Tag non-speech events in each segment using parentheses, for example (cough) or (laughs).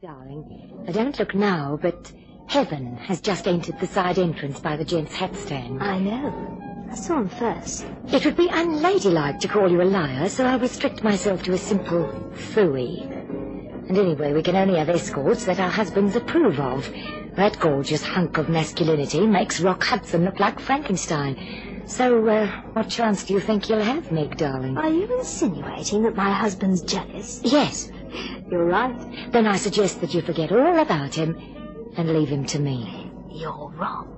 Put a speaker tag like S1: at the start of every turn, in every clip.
S1: Darling, I don't look now, but Heaven has just entered the side entrance by the gents' hat stand.
S2: I know. I saw him first.
S1: It would be unladylike to call you a liar, so I'll restrict myself to a simple phooey. And anyway, we can only have escorts that our husbands approve of. That gorgeous hunk of masculinity makes Rock Hudson look like Frankenstein. So, uh, what chance do you think you'll have, Meg, darling?
S2: Are you insinuating that my husband's jealous?
S1: Yes.
S2: You're right.
S1: Then I suggest that you forget all about him and leave him to me.
S2: You're wrong.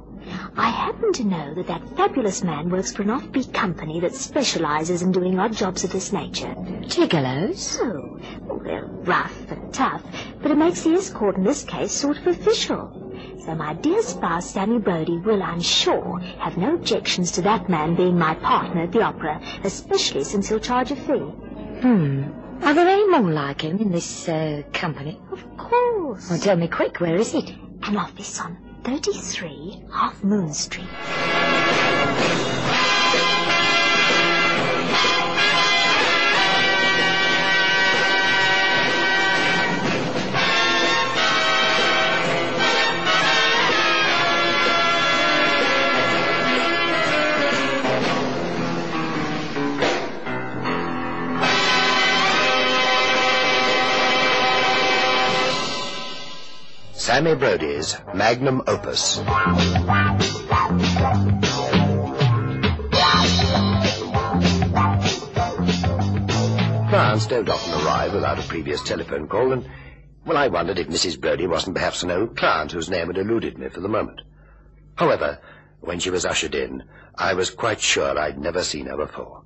S2: I happen to know that that fabulous man works for an offbeat company that specializes in doing odd jobs of this nature.
S1: Gigolos?
S2: Oh, well, rough and tough, but it makes the escort in this case sort of official. So my dear spouse, Sammy Brodie, will, I'm sure, have no objections to that man being my partner at the opera, especially since he'll charge a fee.
S1: Hmm. Are there any more like him in this uh, company?
S2: Of course.
S1: Well, tell me quick, where is it?
S2: An office on 33 Half Moon Street.
S3: Sammy Brodie's magnum opus. Clients don't often arrive without a previous telephone call, and, well, I wondered if Mrs. Brodie wasn't perhaps an old client whose name had eluded me for the moment. However, when she was ushered in, I was quite sure I'd never seen her before.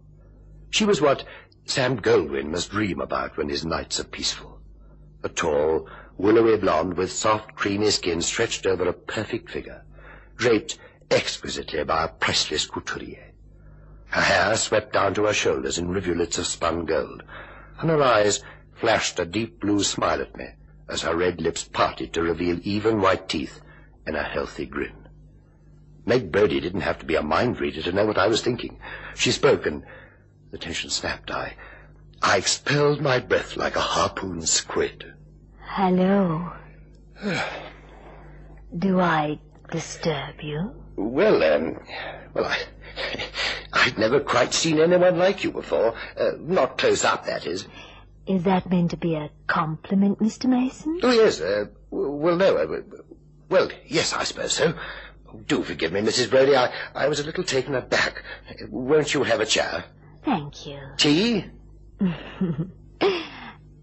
S3: She was what Sam Goldwyn must dream about when his nights are peaceful. A tall, willowy blonde with soft, creamy skin stretched over a perfect figure, draped exquisitely by a priceless couturier. Her hair swept down to her shoulders in rivulets of spun gold, and her eyes flashed a deep blue smile at me as her red lips parted to reveal even white teeth in a healthy grin. Meg Brodie didn't have to be a mind reader to know what I was thinking. She spoke, and the tension snapped. I, I expelled my breath like a harpoon squid.
S2: Hello. (sighs) Do I disturb you?
S3: Well, um, well, I, (laughs) I'd never quite seen anyone like you before. Uh, not close up, that is.
S2: Is that meant to be a compliment, Mr. Mason?
S3: Oh, yes, uh, w- well, no, uh, well, yes, I suppose so. Do forgive me, Mrs. Brodie. I, I was a little taken aback. Won't you have a chair?
S2: Thank you.
S3: Tea? (laughs)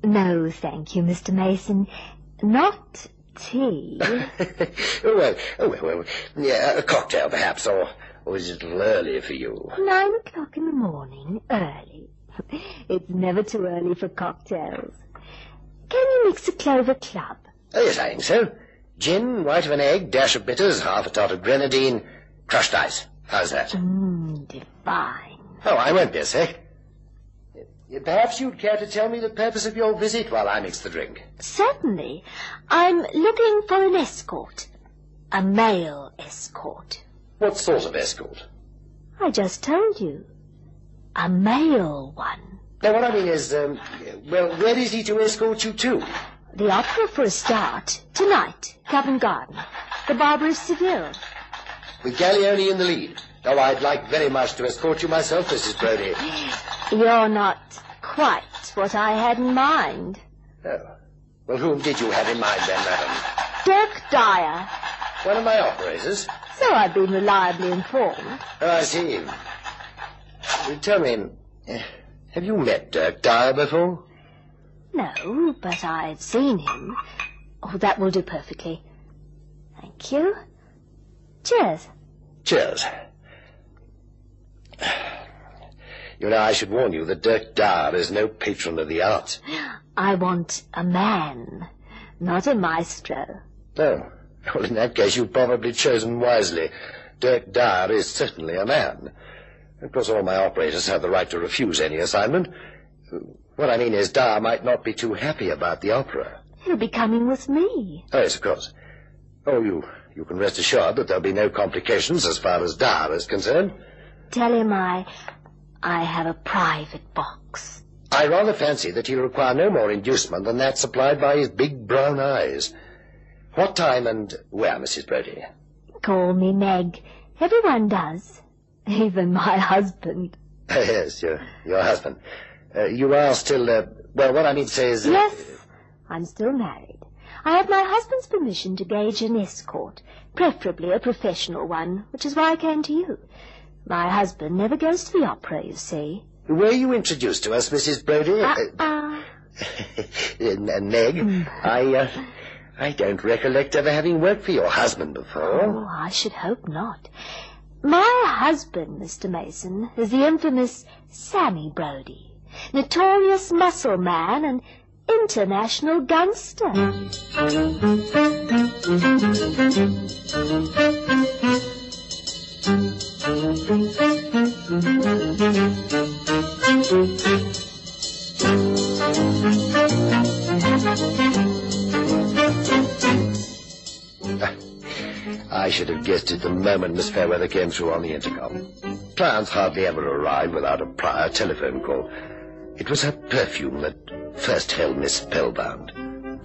S2: No, thank you, Mr. Mason. Not tea. (laughs)
S3: oh, well, oh, well, well, yeah, a cocktail perhaps, or, or is it a little early for you?
S2: Nine o'clock in the morning, early. (laughs) It's never too early for cocktails. Can you mix a clover club?
S3: Oh, yes, I think so. Gin, white of an egg, dash of bitters, half a tot of grenadine, crushed ice. How's that?
S2: Mmm, divine.
S3: Oh, I won't be a sec. Perhaps you'd care to tell me the purpose of your visit while I mix the drink.
S2: Certainly. I'm looking for an escort. A male escort.
S3: What sort of escort?
S2: I just told you. A male one.
S3: Now, what I mean is, um, well, where is he to escort you to?
S2: The opera for a start. Tonight, Covent Garden. The Barber of Seville.
S3: With Gallioni in the lead. Though I'd like very much to escort you myself, Mrs. Brodie.
S2: You're not quite what I had in mind.
S3: Oh. Well, whom did you have in mind then, madam?
S2: Dirk Dyer.
S3: One of my operators?
S2: So I've been reliably informed.
S3: Oh, I see. Well, Tell me, eh, have you met Dirk Dyer before?
S2: No, but I've seen him. Oh, that will do perfectly. Thank you. Cheers.
S3: Cheers. You know, I should warn you that Dirk Dyer is no patron of the arts.
S2: I want a man, not a maestro.
S3: No. Well, in that case, you've probably chosen wisely. Dirk Dyer is certainly a man. Of course, all my operators have the right to refuse any assignment. What I mean is, Dyer might not be too happy about the opera.
S2: He'll be coming with me.
S3: Oh, yes, of course. Oh, you, you can rest assured that there'll be no complications as far as Dyer is concerned.
S2: Tell him I, I have a private box.
S3: I rather fancy that he'll require no more inducement than that supplied by his big brown eyes. What time and where, Mrs. Brodie?
S2: Call me Meg. Everyone does. (laughs) Even my husband.
S3: (laughs) yes, your, your husband. Uh, you are still, uh, well, what I mean to say is... uh,
S2: Yes, I'm still married. I have my husband's permission to gage an escort, preferably a professional one, which is why I came to you. My husband never goes to the opera, you see.
S3: Were you introduced to us, Mrs. Brodie? (laughs)
S2: Uh,
S3: Uh,
S2: uh,
S3: Uh, Meg, I, uh, I don't recollect ever having worked for your husband before.
S2: oh, I should hope not. My husband, Mr. Mason, is the infamous Sammy Brodie, notorious muscle man and international gunster.
S3: I should have guessed it the moment Miss Fairweather came through on the intercom. Clients hardly ever arrive without a prior telephone call. It was her perfume that first held me spellbound.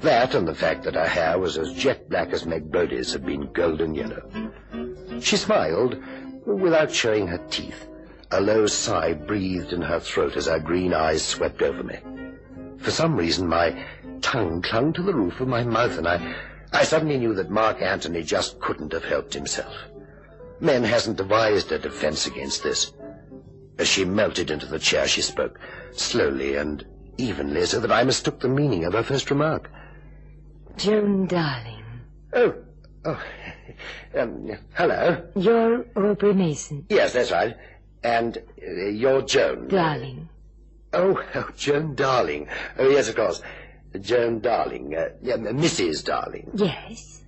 S3: That and the fact that her hair was as jet black as Meg Brodie's had been golden yellow. She smiled without showing her teeth. A low sigh breathed in her throat as her green eyes swept over me. For some reason, my tongue clung to the roof of my mouth, and I, I suddenly knew that Mark Antony just couldn't have helped himself. Men hasn't devised a defense against this. As she melted into the chair, she spoke, slowly and evenly, so that I mistook the meaning of her first remark.
S1: Joan, darling,
S3: Oh, oh, (laughs) um, hello.
S1: you're Aubrey Mason.
S3: Yes, that's right. And uh, you're Joan.
S1: Darling,
S3: Oh, oh, Joan Darling. Oh, yes, of course. Joan Darling. Uh, yeah, Mrs. Darling.
S1: yes?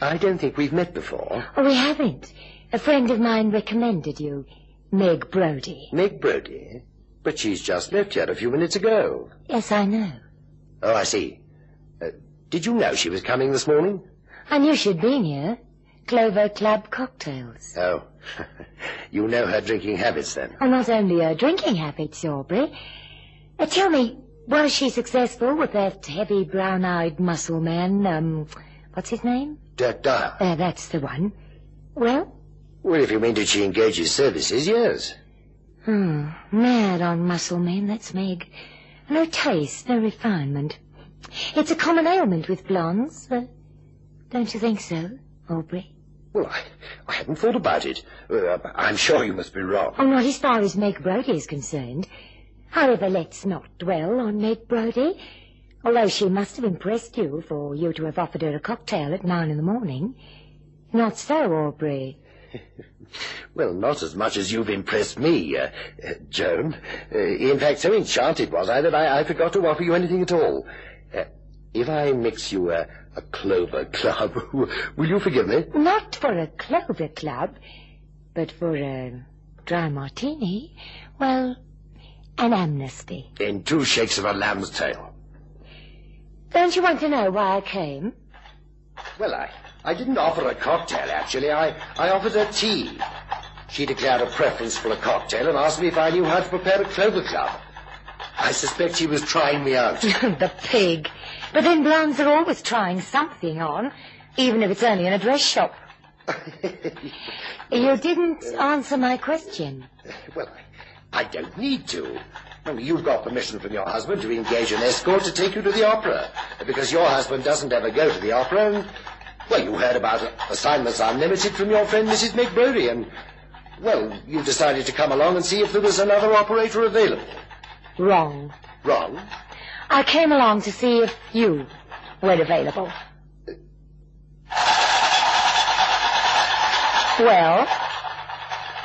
S3: I don't think we've met before.
S1: Oh, we haven't. A friend of mine recommended you, Meg Brodie.
S3: Meg Brodie. But she's just left here a few minutes ago.
S1: Yes, I know.
S3: Oh, I see. Uh, did you know she was coming this morning?
S1: I knew she'd been here. Clover Club cocktails.
S3: Oh. (laughs) you know her drinking habits then.
S1: Oh, not only her drinking habits, Aubrey. Uh, tell me, was she successful with that heavy brown-eyed muscle man? Um, what's his name?
S3: Dirk Dyer.
S1: Uh, that's the one. Well,
S3: Well, if you mean did she engage his services, yes.
S1: Hmm, mad on muscle men, that's Meg. No taste, no refinement. It's a common ailment with blondes. Uh, don't you think so, Aubrey?
S3: Well, I, I hadn't thought about it. Uh, I'm sure you must be wrong.
S1: Oh, not as far as Meg Brodie is concerned. However, let's not dwell on Meg Brodie. Although she must have impressed you for you to have offered her a cocktail at nine in the morning. Not so, Aubrey.
S3: Well, not as much as you've impressed me, uh, uh, Joan. Uh, in fact, so enchanted was I that I, I forgot to offer you anything at all. Uh, if I mix you a, a clover club, (laughs) will you forgive me?
S1: Not for a clover club, but for a dry martini. Well, an amnesty.
S3: In two shakes of a lamb's tail.
S1: Don't you want to know why I came? (laughs)
S3: Well, I, I didn't offer a cocktail, actually. I, I offered her tea. She declared a preference for a cocktail and asked me if I knew how to prepare a clover club. I suspect she was trying me out.
S1: the pig. But then blondes are always trying something on, even if it's only in a dress shop. You didn't answer my question.
S3: Well, I, I don't need to. Only you've got permission from your husband to engage an escort to take you to the opera. Because your husband doesn't ever go to the opera, and, well, you heard about Assignments Unlimited from your friend Mrs. McBrodie, and, well, you decided to come along and see if there was another operator available.
S1: Wrong.
S3: Wrong?
S1: I came along to see if you were available. Well,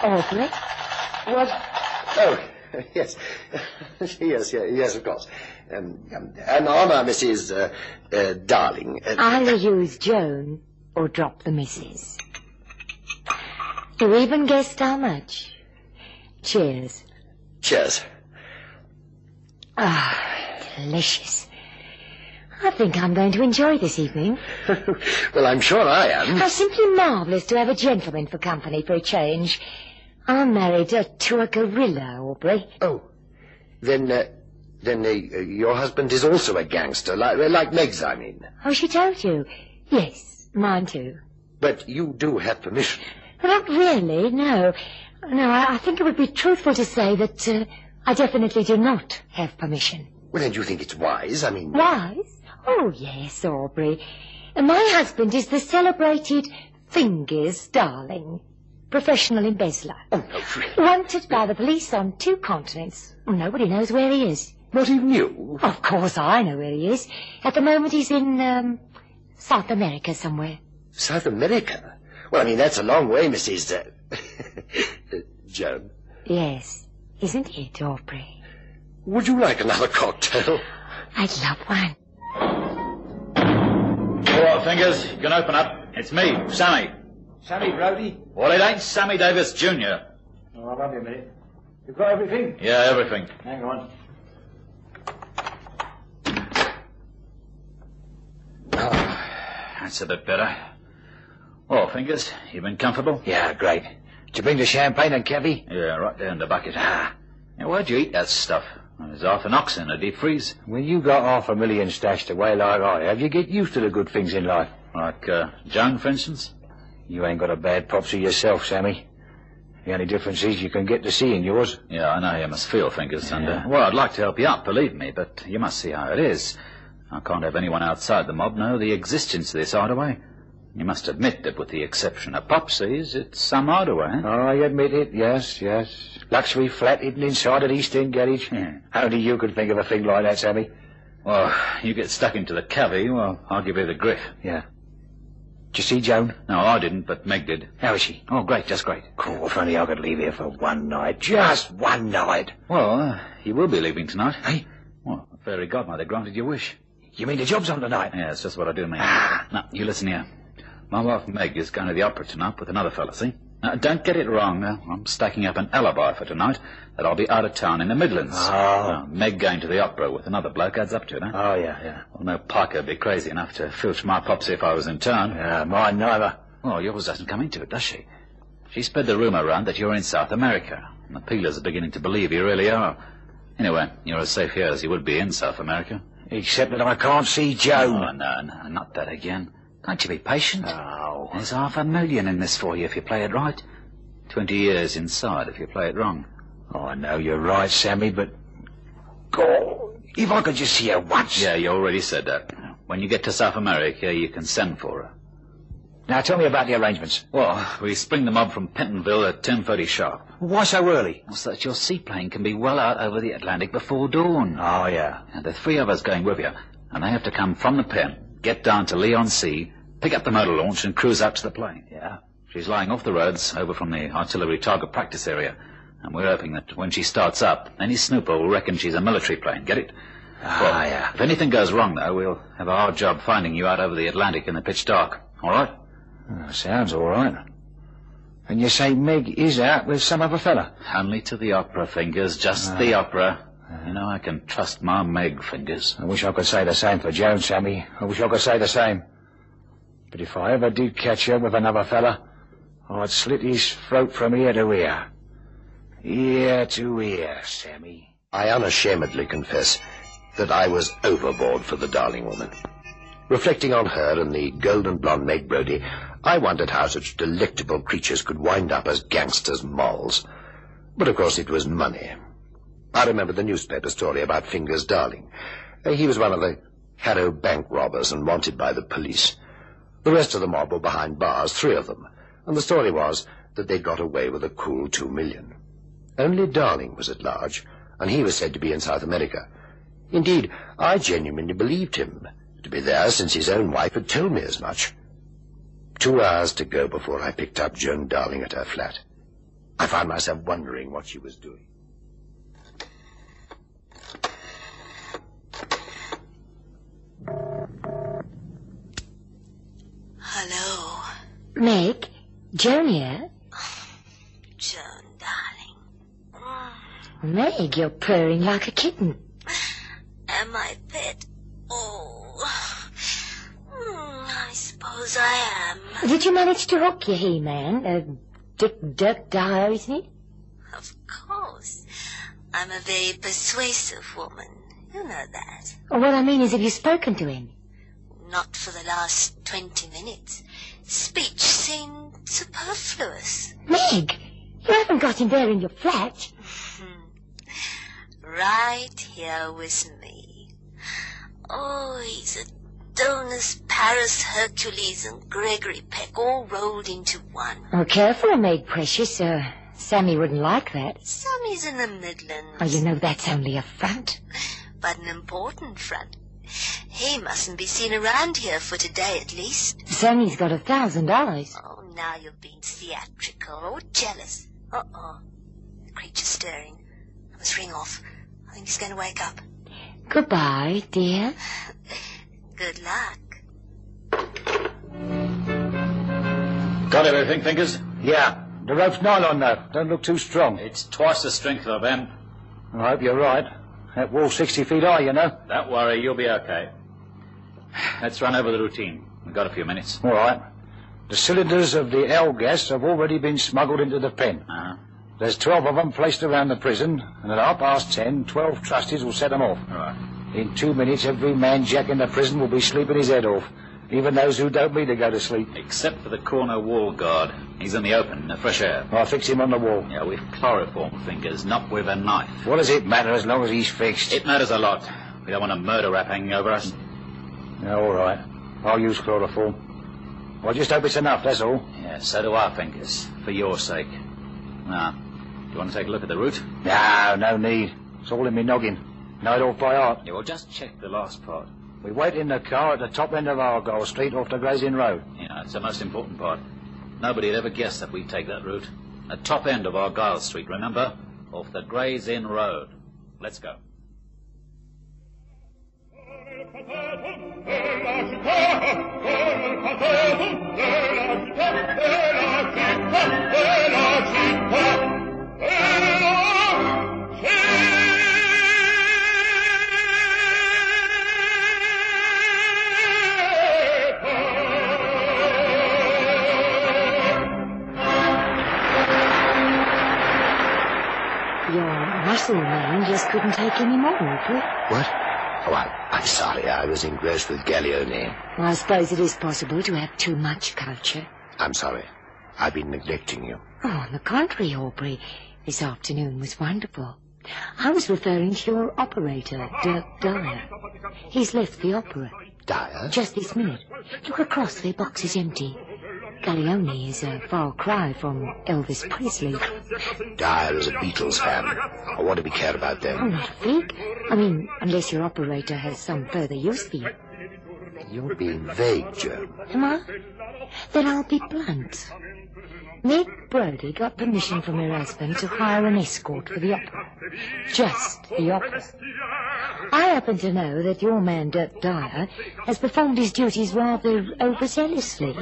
S1: Aubrey,
S3: What? Oh, (laughs) yes. yes, yes, yes, of course. Um, um, an honour, Mrs. Uh, uh, Darling. Uh,
S1: either use Joan or drop the missus. You even guessed how much. Cheers.
S3: cheers. (laughs)
S1: Ah, delicious. I think I'm going to enjoy this evening.
S3: well, I'm sure I am.
S1: How simply marvellous to have a gentleman for company for a change. I'm married uh, to a gorilla, Aubrey.
S3: Oh, then uh, Then uh, your husband is also a gangster, like, like Meg's, I mean.
S1: Oh, she told you. Yes, mine too.
S3: But you do have permission.
S1: Not really, no. No, I, I think it would be truthful to say that uh, I definitely do not have permission.
S3: Well, don't you think it's wise? I mean,
S1: Wise? Oh, yes, Aubrey. Uh, My husband is the celebrated Fingers Darling, professional embezzler.
S3: oh, no, really.
S1: Wanted by the police on two continents. Nobody knows where he is.
S3: Not even you.
S1: Of course, I know where he is. At the moment, he's in um, South America somewhere.
S3: South America. Well, I mean, that's a long way, Mrs. Uh, (laughs) Joan.
S1: Yes, isn't it, Aubrey?
S3: Would you like another cocktail?
S1: I'd love one.
S4: All right, fingers, you can open up. It's me, Sammy.
S5: Sammy Brody?
S4: Well, it ain't Sammy Davis Jr.
S5: Oh, I'll have you a minute. You've got everything?
S4: Yeah, everything.
S5: Hang on.
S4: That's a bit better. Well, fingers, you been comfortable?
S3: Yeah, great. Did you bring the champagne and cabbie?
S4: Yeah, right there in the bucket. Ah. Now, why'd you eat that stuff? Well, there's half an ox in a deep freeze.
S3: When you got half a million stashed away like I have, you get used to the good things in life.
S4: Like, uh, Joan, for instance.
S3: You ain't got a bad popsy yourself, Sammy. The only difference is you can get to see in yours.
S4: Yeah, I know how you must feel, fingers. And, uh, well, I'd like to help you up, believe me, but you must see how it is. I can't have anyone outside the mob know the existence of this hideaway. You must admit that with the exception of Popsy's, it's some hideaway, eh?
S3: Oh, I admit it, yes, yes. Luxury flat hidden inside an East End garage.
S4: Yeah.
S3: Only you could think of a thing like that, Sammy.
S4: Well, you get stuck into the cavey, well, I'll give you the grip.
S3: Yeah. Did you see Joan?
S4: No, I didn't, but Meg did.
S3: How is she?
S4: Oh, great, just great.
S3: Cool, if only I could leave here for one night. Just one night.
S4: Well, uh, you will be leaving tonight.
S3: Hey?
S4: Well, fairy godmother granted your wish.
S3: You mean the job's on tonight?
S4: Yeah, it's just what I do mean. now, you listen here. My wife Meg is going to the opera tonight with another fella, see? Now, don't get it wrong. uh, I'm stacking up an alibi for tonight that I'll be out of town in the Midlands.
S3: Oh.
S4: Now, Meg going to the opera with another bloke adds up to it, eh?
S3: Oh, yeah, yeah.
S4: Well, no Parker'd be crazy enough to filch my popsy if I was in town.
S3: Yeah, mine neither.
S4: Well, yours doesn't come into it, does she? She spread the rumour around that you're in South America, and the peelers are beginning to believe you really are. Anyway, you're as safe here as you would be in South America.
S3: Except that I can't see Joan.
S4: Oh, no, no, not that again. Can't you be patient?
S3: Oh.
S4: There's half a million in this for you if you play it right. Twenty years inside if you play it wrong.
S3: Oh, I know you're right, Sammy, but... God, if I could just see her once.
S4: Yeah, you already said that. When you get to South America, you can send for her.
S3: Now, tell me about the arrangements.
S4: Well, we spring the mob from Pentonville at 10.30 sharp.
S3: Why so early?
S4: So that your seaplane can be well out over the Atlantic before dawn.
S3: Oh, yeah.
S4: And the three of us going with you, and they have to come from the pen, get down to Leon Sea, pick up the motor launch, and cruise out to the plane.
S3: Yeah.
S4: She's lying off the roads over from the artillery target practice area, and we're hoping that when she starts up, any snooper will reckon she's a military plane. Get it?
S3: Ah, yeah.
S4: uh, If anything goes wrong, though, we'll have a hard job finding you out over the Atlantic in the pitch dark. All right?
S3: Oh, sounds all right. And you say Meg is out with some other fella?
S4: Only to the opera, fingers. Just the
S3: Ah.
S4: opera. You know, I can trust my Meg, fingers.
S3: I wish I could say the same for Joan, Sammy. I wish I could say the same. But if I ever did catch her with another fella, I'd slit his throat from ear to ear. Ear to ear, Sammy. I unashamedly confess that I was overboard for the darling woman. Reflecting on her and the golden blonde Meg Brody, I wondered how such delectable creatures could wind up as gangsters' molls. But of course it was money. I remember the newspaper story about Fingers Darling. Uh, He was one of the Harrow bank robbers and wanted by the police. The rest of the mob were behind bars, three of them, and the story was that they'd got away with a cool two million. Only Darling was at large, and he was said to be in South America. Indeed, I genuinely believed him to be there since his own wife had told me as much. Two hours to go before I picked up Joan Darling at her flat. I found myself wondering what she was doing.
S6: Hello,
S1: Meg, Joan here.
S6: Joan, darling.
S1: Meg, you're purring like a kitten.
S6: Am I pet? Oh. Hmm, I suppose I am.
S1: Did you manage to hook your he-man? Uh, Dick Dirk Dyer, isn't it?
S6: Of course. I'm a very persuasive woman. You know that.
S1: Or what I mean is, have you spoken to him?
S6: Not for the last twenty minutes. Speech seemed superfluous.
S1: Meg, you haven't got him there in your flat.
S6: Right here with me. Oh, he's Adonis, Paris, Hercules, and Gregory Peck all rolled into one.
S1: Oh, careful, Meg, precious. Uh, Sammy wouldn't like that.
S6: Sammy's in the Midlands.
S1: Oh, you know that's only a front.
S6: but an important front. He mustn't be seen around here for today at least.
S1: Sammy's got a thousand dollars.
S6: Oh, now you've been theatrical or jealous. Uh-oh. The creature's stirring. I must ring off. I think he's going to wake up.
S1: Goodbye, dear.
S6: Good luck.
S4: Got everything, Fingers?
S5: Yeah. The rope's nylon, though. Don't look too strong.
S4: It's twice the strength of M.
S5: I hope you're right. That wall's 60 feet high, you know.
S4: Don't worry, you'll be okay. Let's run over the routine. We've got a few minutes.
S5: All right. The cylinders of the L gas have already been smuggled into the pen.
S4: Uh-huh.
S5: There's 12 of them placed around the prison, and at half past 10, 12 trustees will set them off.
S4: All right.
S5: In two minutes, every man jack in the prison will be sleeping his head off, even those who don't mean to go to sleep.
S4: Except for the corner wall guard. He's in the open, in the fresh air.
S5: I'll fix him on the wall.
S4: Yeah, with chloroform fingers, not with a knife.
S5: What does it matter as long as he's fixed?
S4: It matters a lot. We don't want a murder rap hanging over us.
S5: Yeah, all right. I'll use chloroform. I just hope it's enough, that's all.
S4: Yeah, so do our fingers, for your sake. Now, do you want to take a look at the route?
S5: No, no need. It's all in me noggin. Know it off by heart.
S4: Yeah, well, just check the last part.
S5: We wait in the car at the top end of Argyle Street off the Grazing Road.
S4: Yeah, it's the most important part. Nobody'd ever guess that we'd take that route. The top end of Argyle Street, remember? Off the Gray's Inn Road. Let's go.
S1: Your muscle man just couldn't take any more of it.
S3: What? Oh, I, I'm sorry. I was engrossed with Gallione.
S1: Well, I suppose it is possible to have too much culture.
S3: I'm sorry. I've been neglecting you.
S1: Oh, on the contrary, Aubrey, this afternoon was wonderful. I was referring to your operator, Dirk Dyer. He's left the opera
S3: Dyer?
S1: just this minute. Look across, their box is empty. Gallione is a far cry from Elvis Presley.
S3: Dyer is a Beatles fan. I want to be care
S1: Oh,
S3: about them.
S1: not a fig. I mean, unless your operator has some further use for you.
S3: You're being vague, Joe.
S1: Am I? Then I'll be blunt. Meg Brody got permission from her husband to hire an escort for the opera. Just the opera. I happen to know that your man, Dirk Dyer, has performed his duties rather overzealously.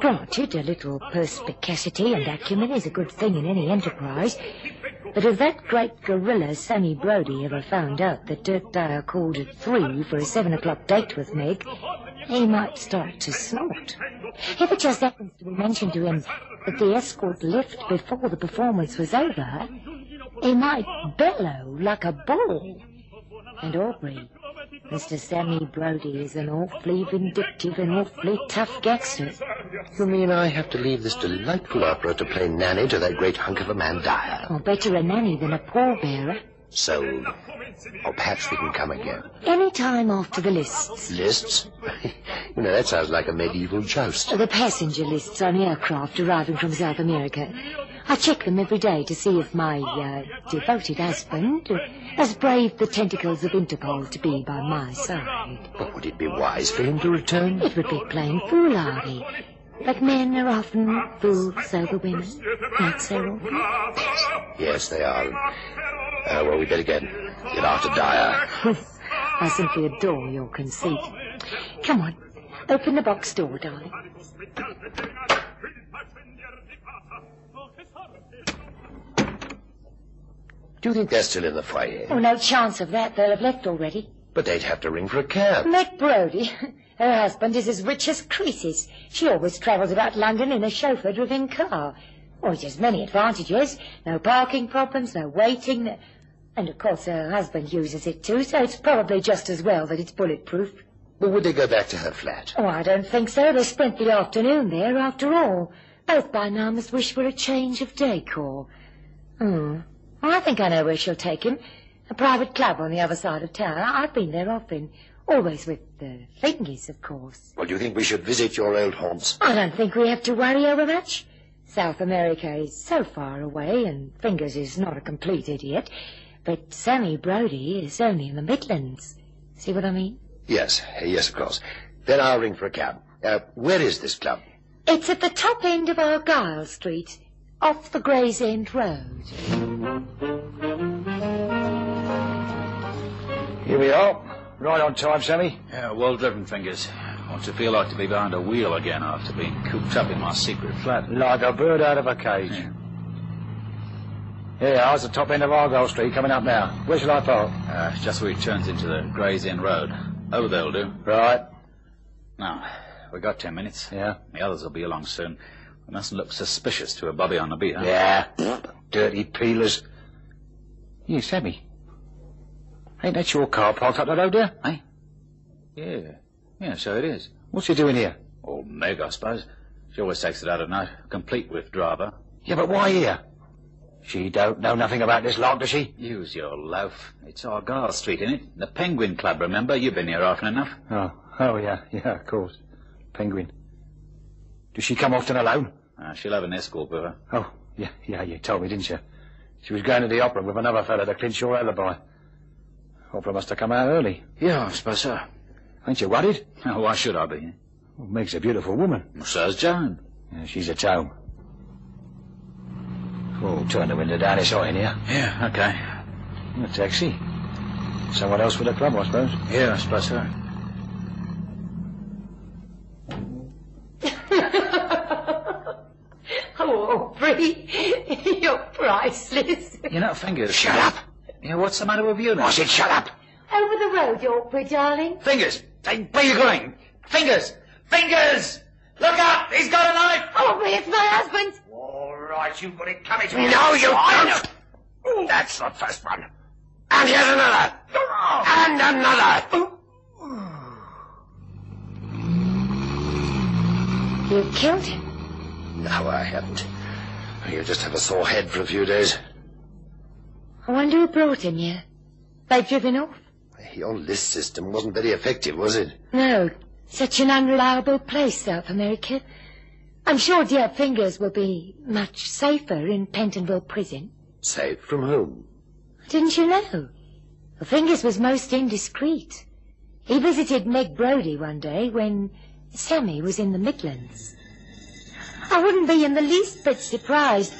S1: Granted, a little perspicacity and acumen is a good thing in any enterprise, but if that great gorilla, Sammy Brody, ever found out that Dirk Dyer called at three for a seven o'clock date with Meg, he might start to snort. If it just happens to be mentioned to him that the escort left before the performance was over, he might bellow like a bull. And Aubrey, Mr. Sammy Brody is an awfully vindictive and awfully tough gangster.
S3: You mean I have to leave this delightful opera to play nanny to that great hunk of a man Dyer?
S1: Or better a nanny than a pallbearer.
S3: Sold. Or oh, perhaps we can come again.
S1: Any time after the lists.
S3: Lists? (laughs) you know, that sounds like a medieval joust.
S1: The passenger lists on aircraft arriving from South America. I check them every day to see if my uh, devoted husband uh, has braved the tentacles of Interpol to be by my side.
S3: But would it be wise for him to return?
S1: It would be plain foolery. But men are often fools over women, not so often.
S3: Yes, they are. Uh, well, we better get, get after Dyer.
S1: (laughs) I simply adore your conceit. Come on, open the box door, darling.
S3: Do you think they're still in the foyer?
S1: Oh, no chance of that. They'll have left already.
S3: But they'd have to ring for a cab.
S1: Meg Brody, (laughs) her husband is as rich as Croesus. She always travels about London in a chauffeur-driven car. Oh, she has many advantages. No parking problems, no waiting. No... And of course her husband uses it too, so it's probably just as well that it's bulletproof.
S3: But would they go back to her flat?
S1: Oh, I don't think so. They spent the afternoon there after all. Both by now must wish for a change of decor. Hmm. Well, I think I know where she'll take him. A private club on the other side of town. I- I've been there often. Always with the fingers, of course.
S3: Well, do you think we should visit your old haunts?
S1: I don't think we have to worry over much. South America is so far away, and Fingers is not a complete idiot. But Sammy Brodie is only in the Midlands. See what I mean?
S3: Yes, yes, of course. Then I'll ring for a cab. Uh, where is this club?
S1: It's at the top end of Argyle Street, off the Gray's End Road.
S5: Here we are. (laughs) Right on time, Sammy.
S4: Yeah, well driven, Fingers. What's it feel like to be behind a wheel again after being cooped up in my secret flat?
S5: Like a bird out of a cage.
S4: Yeah.
S5: Here, how's the top end of Argyle Street coming up now? Where shall I park?
S4: Uh, just where it turns into the Gray's Inn Road. Oh, they'll do.
S5: Right.
S4: Now, we got ten minutes.
S5: Yeah.
S4: The others will be along soon. We mustn't look suspicious to a bobby on the beat, huh?
S5: Yeah. Dirty peelers. You, Sammy. Ain't that your car parked up the road there? Eh?
S4: Yeah. Yeah, so it is.
S5: What's he doing here?
S4: Old Meg, I suppose. She always takes it out at night, complete with driver.
S5: Yeah, but why here? She don't know nothing about this lot, does she?
S4: Use your loaf. It's Argyle Street, isn't it? The Penguin Club, remember? You've been here often enough.
S5: Oh, oh yeah, (laughs) yeah, of course. Penguin. Does she come often alone?
S4: Uh, she'll have an escort with her. (laughs)
S5: Oh, yeah, yeah, you told me, didn't you? She was going to the opera with another fellow to clinch your alibi. Opera must have come out early.
S4: Yeah, I suppose so.
S5: Ain't you worried?
S4: Why should I be?
S5: Well, Meg's a beautiful woman.
S4: So's Joan.
S5: Yeah, she's at home. Oh, turn the window down, it's hot in here.
S4: Yeah, okay.
S5: A taxi. Someone else with a club, I suppose.
S4: Yeah, I suppose so.
S1: Oh, Aubrey, (laughs) you're priceless.
S4: You know, fingers. Shut up! Yeah, what's the matter with you now?
S5: said shut up!
S1: Over the road, Aubrey, darling.
S4: Fingers! Hey, where you going? Fingers! Fingers! Look up! He's got a knife! Oh!
S1: Aubrey, it's my husband.
S5: All right, you've got it coming to me. No, you don't. That's the first one. And here's another. And another.
S1: You killed him?
S3: No, I haven't. You just have a sore head for a few days.
S1: I wonder who brought him here. They've driven off.
S3: Your list system wasn't very effective, was it?
S1: No, such an unreliable place, South America. I'm sure dear Fingers will be much safer in Pentonville prison.
S3: Saved from whom?
S1: Didn't you know? Fingers was most indiscreet. He visited Meg Brodie one day when Sammy was in the Midlands. I wouldn't be in the least bit surprised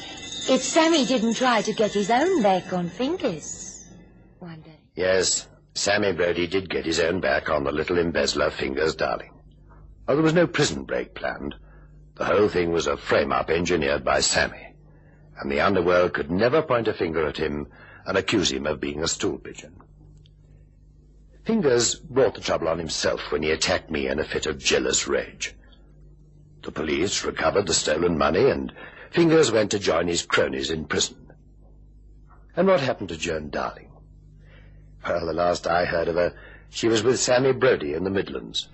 S1: if Sammy didn't try to get his own back on Fingers one day.
S3: Yes, Sammy Brodie did get his own back on the little embezzler Fingers Darling. Oh, there was no prison break planned. The whole thing was a frame-up engineered by Sammy. And the underworld could never point a finger at him and accuse him of being a stool pigeon. Fingers brought the trouble on himself when he attacked me in a fit of jealous rage. The police recovered the stolen money and Fingers went to join his cronies in prison. And what happened to Joan Darling? Well, the last I heard of her, she was with Sammy Brodie in the Midlands.